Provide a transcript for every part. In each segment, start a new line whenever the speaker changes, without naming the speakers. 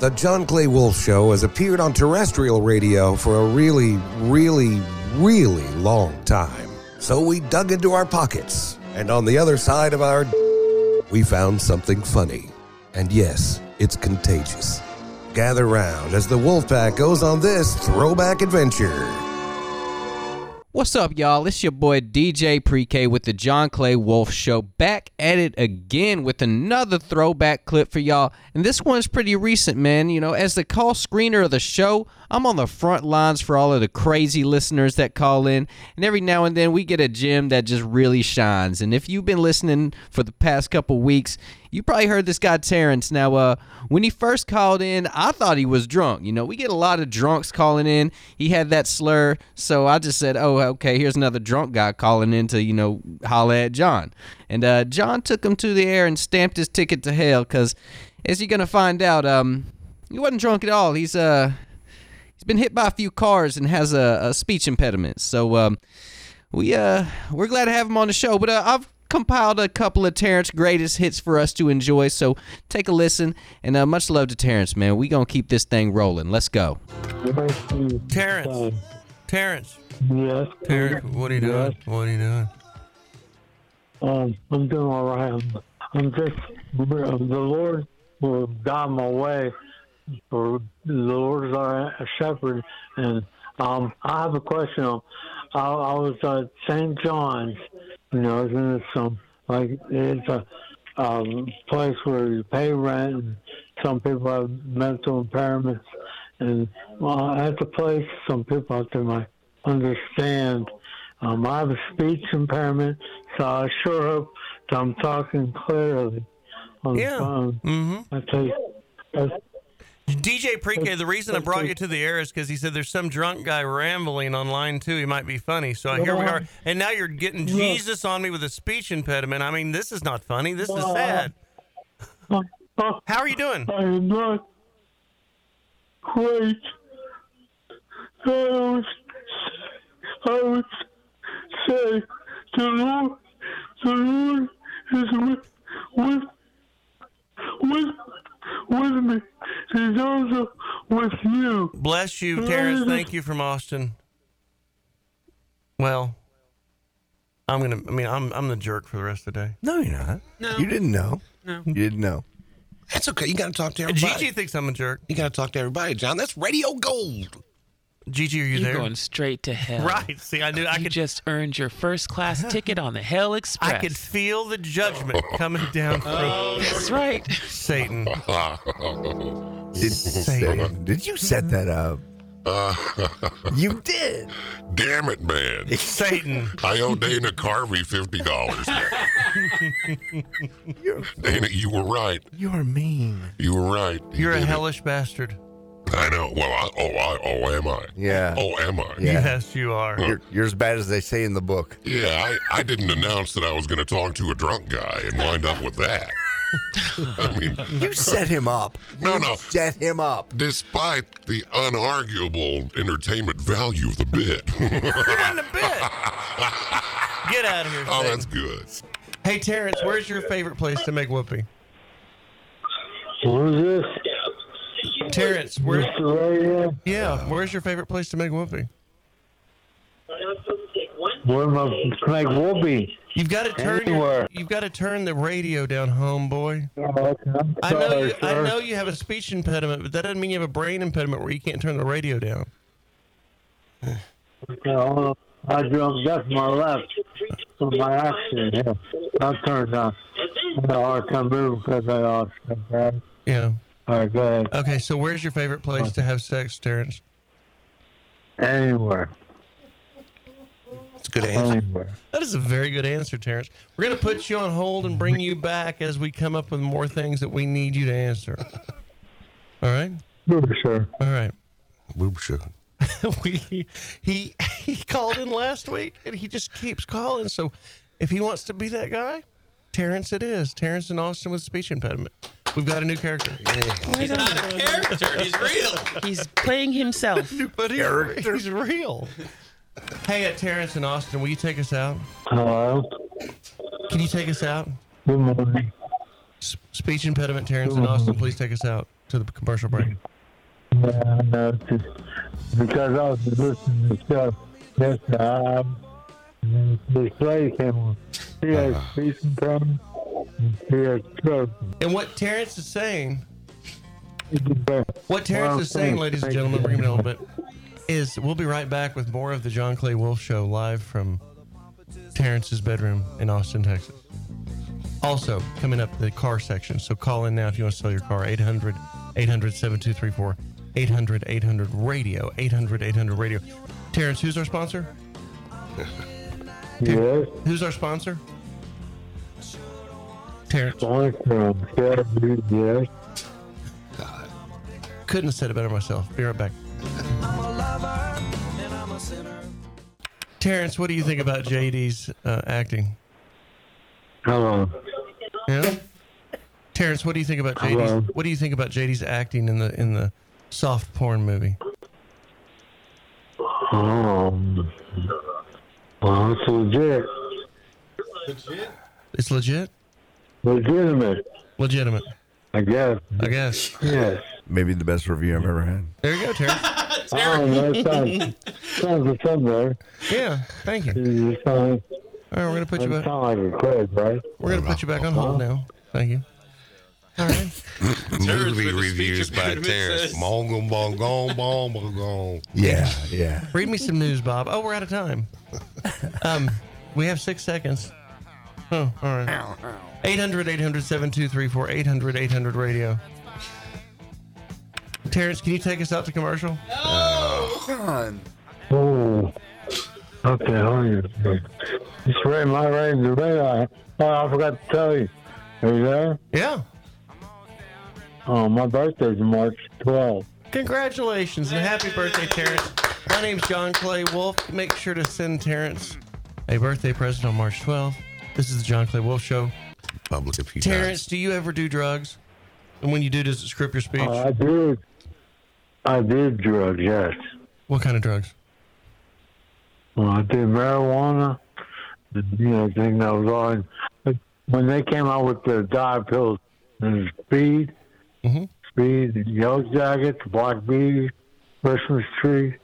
The John Clay Wolf Show has appeared on terrestrial radio for a really, really, really long time. So we dug into our pockets, and on the other side of our we found something funny. And yes, it's contagious. Gather round as the Wolf Pack goes on this throwback adventure.
What's up, y'all? It's your boy DJ Pre K with the John Clay Wolf Show back at it again with another throwback clip for y'all. And this one's pretty recent, man. You know, as the call screener of the show, I'm on the front lines for all of the crazy listeners that call in. And every now and then we get a gem that just really shines. And if you've been listening for the past couple weeks, you probably heard this guy Terrence. Now, uh, when he first called in, I thought he was drunk. You know, we get a lot of drunks calling in. He had that slur, so I just said, "Oh, okay, here's another drunk guy calling in to you know holla at John." And uh, John took him to the air and stamped his ticket to hell. Cause as you're gonna find out, um, he wasn't drunk at all. He's uh, he's been hit by a few cars and has a, a speech impediment. So um, we uh, we're glad to have him on the show. But uh, I've compiled a couple of Terrence greatest hits for us to enjoy. So take a listen and uh, much love to Terrence, man. We gonna keep this thing rolling. Let's go.
Terrence. Terrence.
Uh, Yes.
Terrence, what are you doing? What are you doing?
Um, I'm doing all right. I'm, I'm just, the Lord will guide my way. For the Lord is our shepherd. And um, I have a question. I, I was at St. John's, you know, and it's um, like, it's a um, place where you pay rent, and some people have mental impairments. And well, at the place, some people out there might understand. Um, I have a speech impairment, so I sure hope that I'm talking clearly on
Yeah.
the phone.
Mm-hmm.
I take, I,
DJ Pre-K, the reason I brought you to the air is because he said there's some drunk guy rambling on line two. He might be funny. So here we are. And now you're getting Jesus on me with a speech impediment. I mean, this is not funny. This is sad.
I
How are you doing?
am not great. I would, I would say the Lord, the Lord is with, with, with, with me. He's also with you.
Bless you, Terrence. Thank you from Austin. Well, I'm gonna. I mean, I'm I'm the jerk for the rest of the day.
No, you're not. No. You didn't know. No. You didn't know.
That's okay. You got to talk to everybody.
Gigi thinks I'm a jerk.
You got to talk to everybody, John. That's radio gold.
Gigi, are you
You're
there?
going straight to hell.
Right. See, I knew I
You
could.
just earned your first class ticket on the Hell Express.
I could feel the judgment coming down from
That's right.
Satan.
Did,
Satan.
did you set that up? you did.
Damn it, man.
Satan.
I owe Dana Carvey $50.
You're,
Dana, you were right.
you're mean.
You were right. He
You're a
did it.
hellish bastard.
I know. Well, I, oh, I, oh, am I?
Yeah.
Oh, am I?
Yeah.
Yes, you are.
You're, you're as bad as they say in the book.
Yeah, I, I didn't announce that I was going to talk to a drunk guy and wind up with that. I mean,
You set him up.
No,
You
no.
Set him up.
despite the unarguable entertainment value of the bit.
In a bit. Get out of here,
oh,
Satan.
that's good.
Hey, Terrence, where's your favorite place to make whoopee?
What is this?
Terrence, where's
Mr. Radio?
yeah, where's your favorite place to make whoopee?
Where am I? Craig Wolby.
You've got to turn your-
Anywhere.
you've got to turn the radio down, homeboy. I know you, I know you have a speech impediment, but that doesn't mean you have a brain impediment where you can't turn the radio down.
know. oh, I drove left my left from my accident. Yeah. I turned down. I had a hard time moving because I lost my breath.
Yeah.
All right, go ahead.
Okay, so where's your favorite place to have sex, Terrence?
Anywhere.
It's a good answer.
Anywhere.
That is a very good answer, Terrence. We're going to put you on hold and bring you back as we come up with more things that we need you to answer. All right?
For sure.
All right.
Boob sugar.
We, he he called in last week and he just keeps calling. So if he wants to be that guy, Terrence it is. Terrence and Austin with speech impediment. We've got a new character.
He's playing himself.
But he's, he's real. Hey, uh, Terrence and Austin, will you take us out?
Hello.
Can you take us out?
Good morning.
S- speech impediment, Terrence and Austin, please take us out.
to the commercial break?
Yeah, no, just because I was listening to stuff. Yes, um, this lady came. She has speaking problems. and She has stroke.
And what Terrence is saying,
What
what Terrence is saying, ladies and gentlemen, bring him in a little bit, is we'll be right back with more of the John Clay Wolf Show live from Terrence's bedroom in Austin, Texas. Also, coming up, the car section. So call in now if you want to sell your car. 800 800 7234. 800 800 radio. 800 800 radio. Terrence, who's our sponsor?
Yes,
Who's our sponsor? Terrence.
awesome. Yes,
Couldn't have said it better myself. Be right back. Terrence, what do you think about JD's uh, acting?
hello.
Yeah. Terrence, what do you think about JD's?
Hello.
What do you think about JD's acting in the in the soft porn movie?
Um, well, it's legit,
It's legit,
legitimate,
legitimate,
I guess.
I guess.
Yes.
Maybe the best review I've ever had.
There you go, Terrence.
I don't know. It sounds, sounds like somewhere.
Yeah, thank you.
It sounds,
All right, we're gonna put you
it sounds like
back.
a quiz, right?
We're gonna put you back on hold now. Thank you. All right.
with
Movie
a
reviews
speech
by
impediment
Terrence.
says-
Mongol, mongol, mongol, mongol.
Yeah, yeah.
Read me some news, Bob. Oh, we're out of time. Um, we have six seconds. Oh, all right. 800 800 7234 800 800 radio. Terrence, can you take us out to commercial?
Oh, okay, hold on. It's right, my right, the red eye. Oh, I forgot to tell you. Are you there?
Yeah.
Oh, my birthday's March 12th.
Congratulations and happy birthday, Terrence. My name's John Clay Wolf. Make sure to send Terrence a birthday present on March 12th. This is the John Clay Wolf Show.
Public a few
Terrence, do you ever do drugs? And when you do, does it script your speech?
Uh, I did, I did drugs, yes.
what kind of drugs?
Well, I did marijuana. and, You know, I think that was all. And, but when they came out with the diet pills, and speed,
Mhm.
speed, and yellow jackets, black bees, Christmas tree,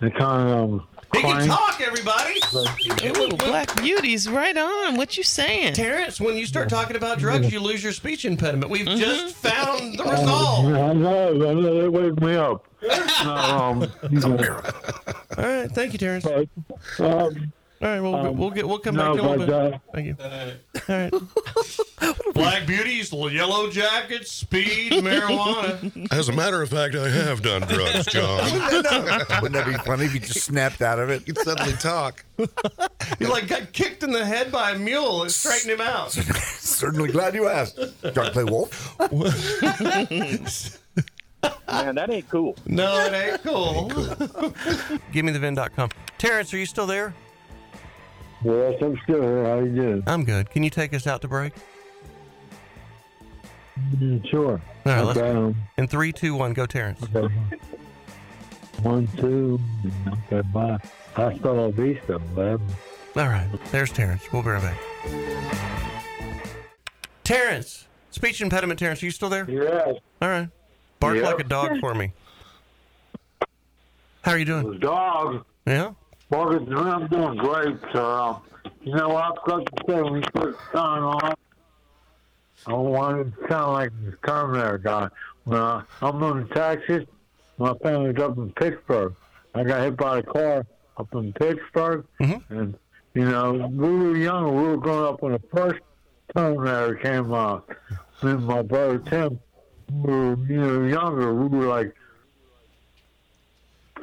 the kind of um,
He can
clank.
talk, everybody.
Ooh, Black Beauty's right on. What you saying?
Terrence, when you start talking about drugs, you lose your speech impediment. We've just found the result.
I know, I know, they wake me up. no, um, you know,
All right, thank you, Terrence. All
but, um,
right, well, we'll get we'll come
no,
back to you in a
but
little bit.
uh,
Thank you. All right. Black beauties, yellow jackets, speed, marijuana.
As a matter of fact, I have done drugs, John.
Wouldn't that be funny if you just snapped out of it?
You can suddenly talk.
You like got kicked in the head by a mule. It straightened him out.
Certainly glad you asked. John Clay Wolf.
Man, that ain't cool.
No, it ain't cool. Give me the VIN.com. Terrence, are you still there?
yes, I'm still here. How you doing?
I'm good. Can you take us out to break?
Mm, Sure.
All right, let's-
okay, um,
In three, two, one, go, Terrence.
okay. One, two, okay, bye. Hasta la vista, man.
All right. There's Terrence. We'll be right back. Terrence, speech impediment. Terrence, are you still there?
Yes,
All right. Bark
Yeah.
like a dog for me. How are you doing?
the dog.
Yeah.
Morgan, I'm doing great, sir. Um, you know, I've got to say, we put time on. I want to sound like the Terminator guy. When I, I'm in Texas. My family's up in Pittsburgh. I got hit by a car up in Pittsburgh. And, you know, we were young. We were growing up when the first Terminator came out. Me and my brother Tim, we were, you know, younger. We were like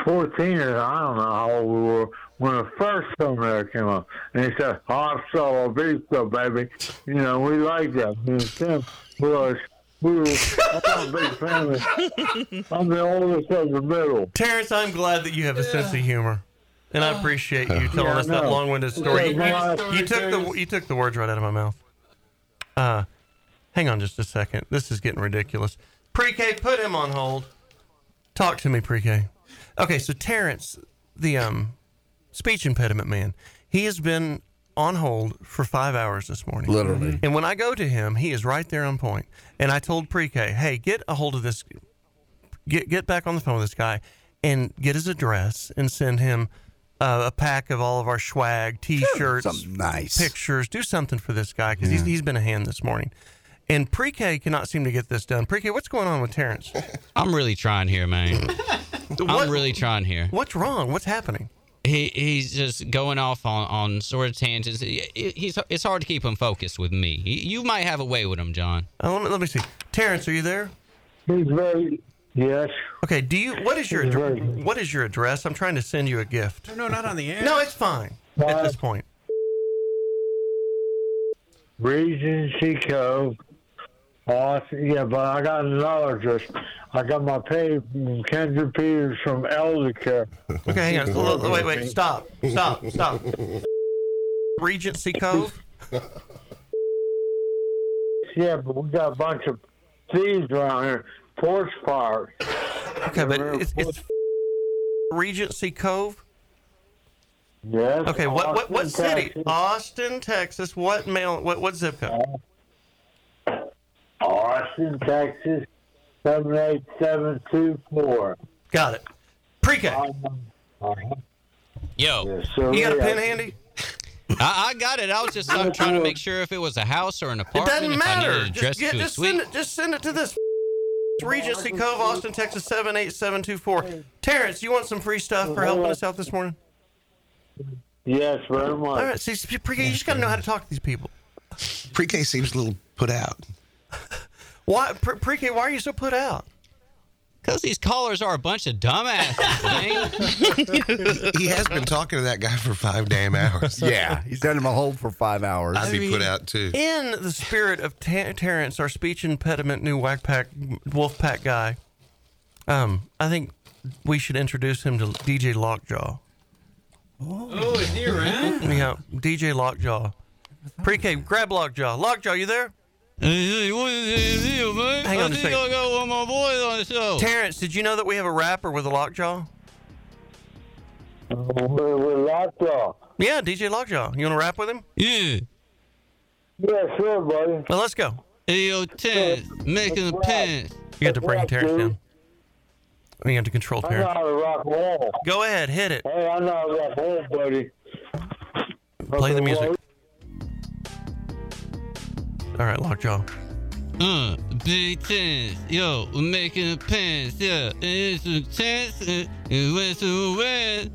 14 or I don't know how old we were when the first Terminator came out. And he said, Hasta la vista, baby. You know, we liked that. Me and Tim was, we were, I'm a big family. I'm the oldest of the middle.
Terrence, I'm glad that you have a sense of humor, and I appreciate you telling
Yeah, I
us that
know.
long-winded story. You,
Yeah,
you took the you took the words right out of my mouth. Uh, hang on just a second. This is getting ridiculous. Pre-K, put him on hold. Talk to me, Pre-K. Okay, so Terrence, the um, speech impediment man, he has been on hold for five hours this morning.
Literally.
And when I go to him, he is right there on point. And I told Pre-K, hey, get a hold of this get get back on the phone with this guy and get his address and send him uh, a pack of all of our swag, T-shirts,
something nice
pictures. Do something for this guy because he's, he's been a hand this morning. And Pre-K cannot seem to get this done. Pre-K, what's going on with Terrence?
I'm really trying here, man. I'm really trying here.
What's wrong? What's happening?
He he's just going off on, on sort of tangents. He- He's it's hard to keep him focused with me. You might have a way with him, John.
Uh, let, me, let me see. Terrence, are you there?
He's very yes.
Okay. Do you? What is your address? What is your address? I'm trying to send you a gift.
No, not on the air.
No, it's fine at this point.
Regency Cove. Oh, yeah, but I got another address. I got my pay from Kendra Peters from Elder Care.
Okay, hang on. Hold on. Wait, wait. Stop. Stop. Stop. Regency Cove.
Yeah, but we got a bunch of thieves around here. Porch fires.
Okay, but it's, it's Regency Cove.
Yes.
Okay. What what what
Austin,
city?
Texas.
Austin, Texas. What mail? What what zip code?
Austin, Texas, 78724.
Got it. Pre-K.
Yo,
Uh-huh. sir. You got a pen
handy?
I, I got it. I was just I'm trying to make sure if it was a house or an
It
apartment.
doesn't
if I needed
matter.
an address
Just, get,
to a
just
suite.
send it. Just send it to this Regency Cove, Austin, Texas seven eight seven two four. Terrence, you want some free stuff for helping us out this morning?
Yes, very much.
All right. See, Pre-K, you just got to know how to talk to these people.
Pre-K seems a little put out.
Why, Pre- Pre-K? Why are you so put out?
Because these callers are a bunch of dumbasses, man.
he has been talking to that guy for five damn hours.
Yeah, he's done him a hold for five hours.
I'd be put out too.
In the spirit of Ta- Terrence, our speech impediment new whack pack wolf pack guy, um, I think we should introduce him to DJ Lockjaw.
Oh, is he around?
Yeah, DJ Lockjaw. Pre-K, grab Lockjaw. Lockjaw, you there? Hang on a
I
second.
got one of my boys on the show.
Terrence, did you know that we have a rapper with a Lockjaw?
We're, we're locked off.
Yeah, DJ Lockjaw. You want to rap with him?
Yeah.
Yeah, sure, buddy.
Well, let's go.
Yo, Terrence, making a pants.
You got to bring Terrence down. You have to control
I know
Terrence.
how to rock and roll.
Go ahead, hit it.
Hey, I know how to rock and roll, buddy.
Play the music. All right, Lockjaw.
Uh, big tents, yo, we're making a pants, yeah. And it's some tents, and and it's some red.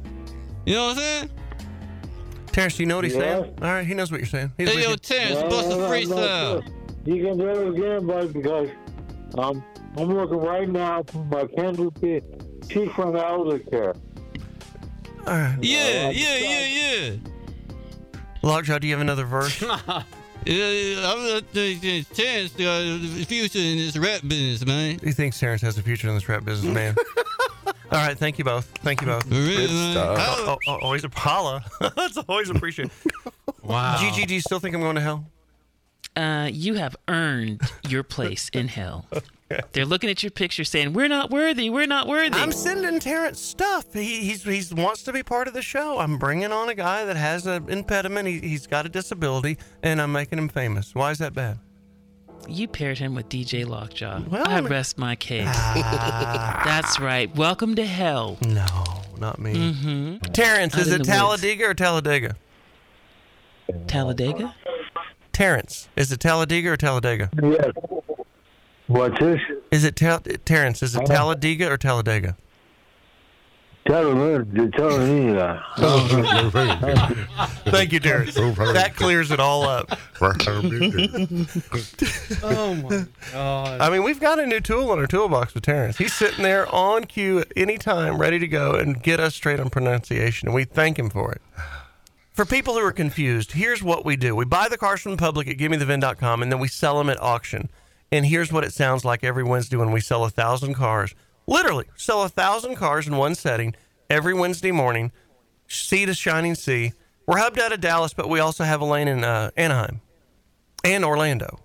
You know what I'm saying?
Terrence, do you know what he's
Yeah.
saying? All right, he knows what you're saying. He's
Hey,
with
yo,
you.
Terrence,
No,
bust a
no, no, no,
freestyle.
You can do it again, buddy, because um, I'm looking right now for my Kendall Pitt. She's from Elder Care. Uh,
Yeah, yeah, yeah, yeah.
Lockjaw, do you have another verse?
Yeah, I'm not thinking Terrence got a future in this rap business, man.
he thinks Terrence has a future in this rap business, man. All right, thank you both. Thank you both.
Good stuff.
Oh, oh, oh, always a holla. That's always appreciated.
Wow.
GG, do you still think I'm going to hell?
Uh, you have earned your place in hell. They're looking at your picture saying, We're not worthy. We're not worthy.
I'm sending Terrence stuff. He he's, he's wants to be part of the show. I'm bringing on a guy that has an impediment. He, he's got a disability, and I'm making him famous. Why is that bad?
You paired him with DJ Lockjaw.
Well,
I
I mean-
rest my case.
Ah.
That's right. Welcome to hell.
No, not me.
Mm-hmm.
Terrence,
Out
is it
in the woods.
Talladega or Talladega?
Talladega?
Terrence, is it Talladega or Talladega?
Yes. What's this?
Is it Tal- Terrence? Is it
Uh-huh.
Talladega or Talladega?
Tell her, uh, tell her,
Thank you, Terrence. that clears it all up.
Oh my god.
I mean, we've got a new tool in our toolbox with Terrence. He's sitting there on cue at any time, ready to go and get us straight on pronunciation, and we thank him for it. For people who are confused, here's what we do. We buy the cars from the public at GimmeTheVin.com, and then we sell them at auction. And here's what it sounds like every Wednesday when we sell a thousand cars. Literally, sell a thousand cars in one setting every Wednesday morning, sea to shining sea. We're hubbed out of Dallas, but we also have a lane in uh, Anaheim and Orlando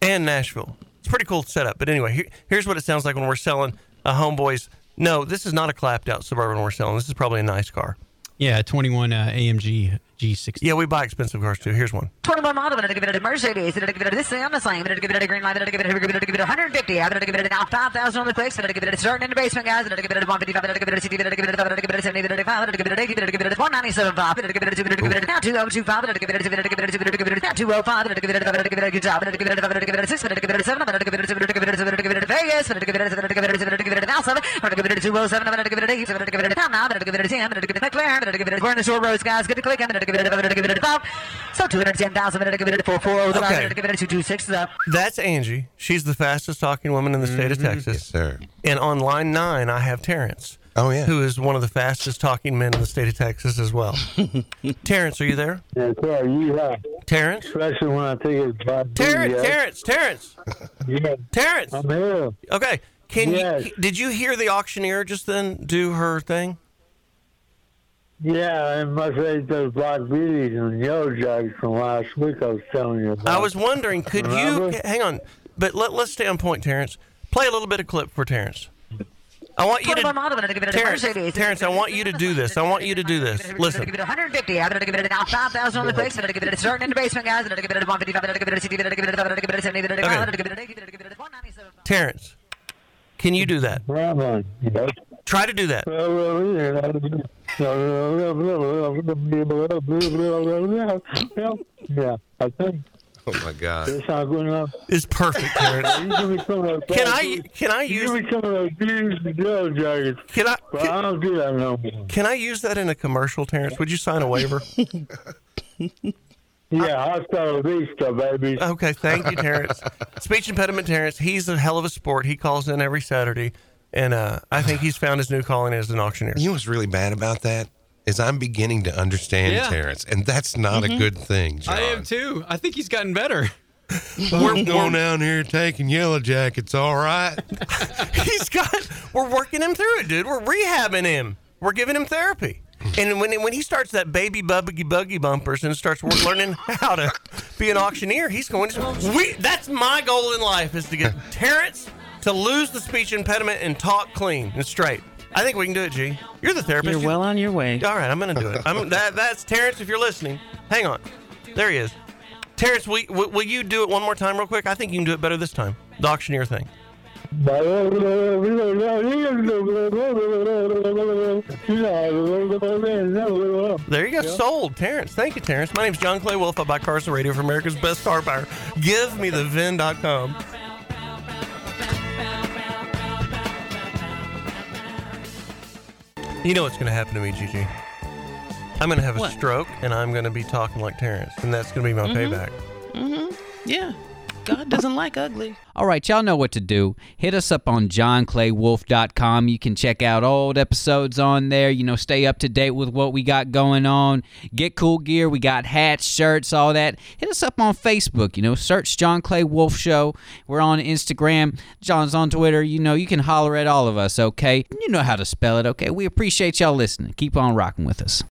and Nashville. It's a pretty cool setup. But anyway, here, here's what it sounds like uh, when we're selling a homeboy's. No, this is not a clapped out suburban we're selling. This is probably a nice car.
Yeah, 21 uh, AMG G60.
Yeah, we buy expensive cars too. Here's one.
21 model, I'm going to give it a Mercedes, I'm going to give it a this thing, I'm this thing, I'm going to give it a green light, I'm going to give it a, give it a, give it a 150, I'm going to give it a now 5,000 on the clicks, I'm going to give it a starting in the basement, guys, I'm going to give it a 155, I'm going to give it a 60, I'm going to give it a 70, I'm going to give it a 70, I'm going to give it a 80, I'm going to give it a 197, I'm going to give it a 2, I'm going to give it a now 2025, I'm going to give it a 2, I'm going to give it a 2, I'm going to give it a now 205, I'm going to give it a 5, I'm going to give it a good job, I'm going to give it a 5, I'm going to give it a 6, I'm going to give it a 7, I'm going to give it a 2, I'm going to give it a 7, I'm going to give it a Vegas, I'm going to give it a 7, I'm going to give it a 7, I'm going to give it a now 7, I'm going to give it a 207, I'm going to give it a 8, I'm going to give it a 9, I'm going to give it a 10, I'm going to give it a McLaren, I'm going to give it a Gordon Shore Roads, guys, good to click, I'm going to give it a, I'm going to give it a 5, so 210,000, I'm going to give it a 440, I'm going to give it a 226, uh,
That's Angie. She's the fastest talking woman in the state of Texas. Yes,
Mm-hmm. sir.
And on line nine, I have Terrence.
Oh, yeah.
Who is one of the fastest talking men in the state of Texas as well. Terrence, are you there?
Yeah, sorry, you have.
Terrence?
Especially when I take it by
Terrence, Terrence, Terrence.
Yeah.
Terrence.
I'm here.
Okay. Can
Yes.
you did you hear the auctioneer just then do her thing?
Yeah, and my face those black beauties and yellow jackets from last week I was telling you about.
I was wondering, could you
Remember?
hang on? But let, let's stay on point, Terrence. Play a little bit of clip for Terrence. I want you
Put 'em on, I'm gonna give it
to
a
Terrence.
Mercedes.
Terrence, I want you to do this. I want you to do this.
I'm
Listen.
gonna give it 150. I'm gonna give it now 5,000 on the clicks. I'm gonna give it a starting in the basement, guys. I'm gonna give it a 155. I'm gonna give it a 60. I'm gonna give it a 70. I'm gonna give it a 70. I'm gonna give it a 80. I'm gonna give it a 197.
Terrence, can you do that? Try to do that.
yeah, I think
Oh my God.
that's not good enough.
It's perfect, Terrence.
You give me some of those
Can I-
black-
can I
you
use-
give me some of those used yellow jackets?
Can I?
But I don't do that no more.
Can I use that in a commercial, Terrence? Would you sign a waiver?
Yeah, hostile vista, baby.
Okay, thank you, Terrence. Speech impediment, Terrence. He's a hell of a sport. He calls in every Saturday, and uh, I think he's found his new calling as an auctioneer.
You know what's really bad about that is I'm beginning to understand
Yeah.
Terrence, and that's not a
Mhm.
good thing. John.
I am too. I think he's gotten better.
we're going down here taking yellow jackets. All right.
he's got. We're working him through it, dude. We're rehabbing him. We're giving him therapy. And when when he starts that baby buggy buggy bumpers and starts work, learning how to be an auctioneer, he's going. To, we. That's my goal in life is to get Terrence to lose the speech impediment and talk clean and straight. I think we can do it, G. You're the therapist.
You're
You-
well on your way.
All right, I'm gonna do it. I'm, that, that's Terrence. If you're listening, hang on. There he is. Terrence, will, will, will you do it one more time, real quick? I think you can do it better this time. The auctioneer thing. There you go. Sold, Terrence. Thank you, Terrence. My name's John Clay Wolf. I buy cars on radio for America's Best Car Buyer. Give me the VIN.com. You know what's going to happen to me, Gigi? I'm going to have a
What?
stroke and I'm going to be talking like Terrence, and that's going to be my
Mhm.
payback.
Mm-hmm. Yeah. God doesn't like ugly.
All right, y'all know what to do. Hit us up on johnclaywolf.com. You can check out old episodes on there. You know, stay up to date with what we got going on. Get cool gear. We got hats, shirts, all that. Hit us up on Facebook. You know, search John Clay Wolf Show. We're on Instagram. John's on Twitter. You know, you can holler at all of us, okay? You know how to spell it, okay? We appreciate y'all listening. Keep on rocking with us.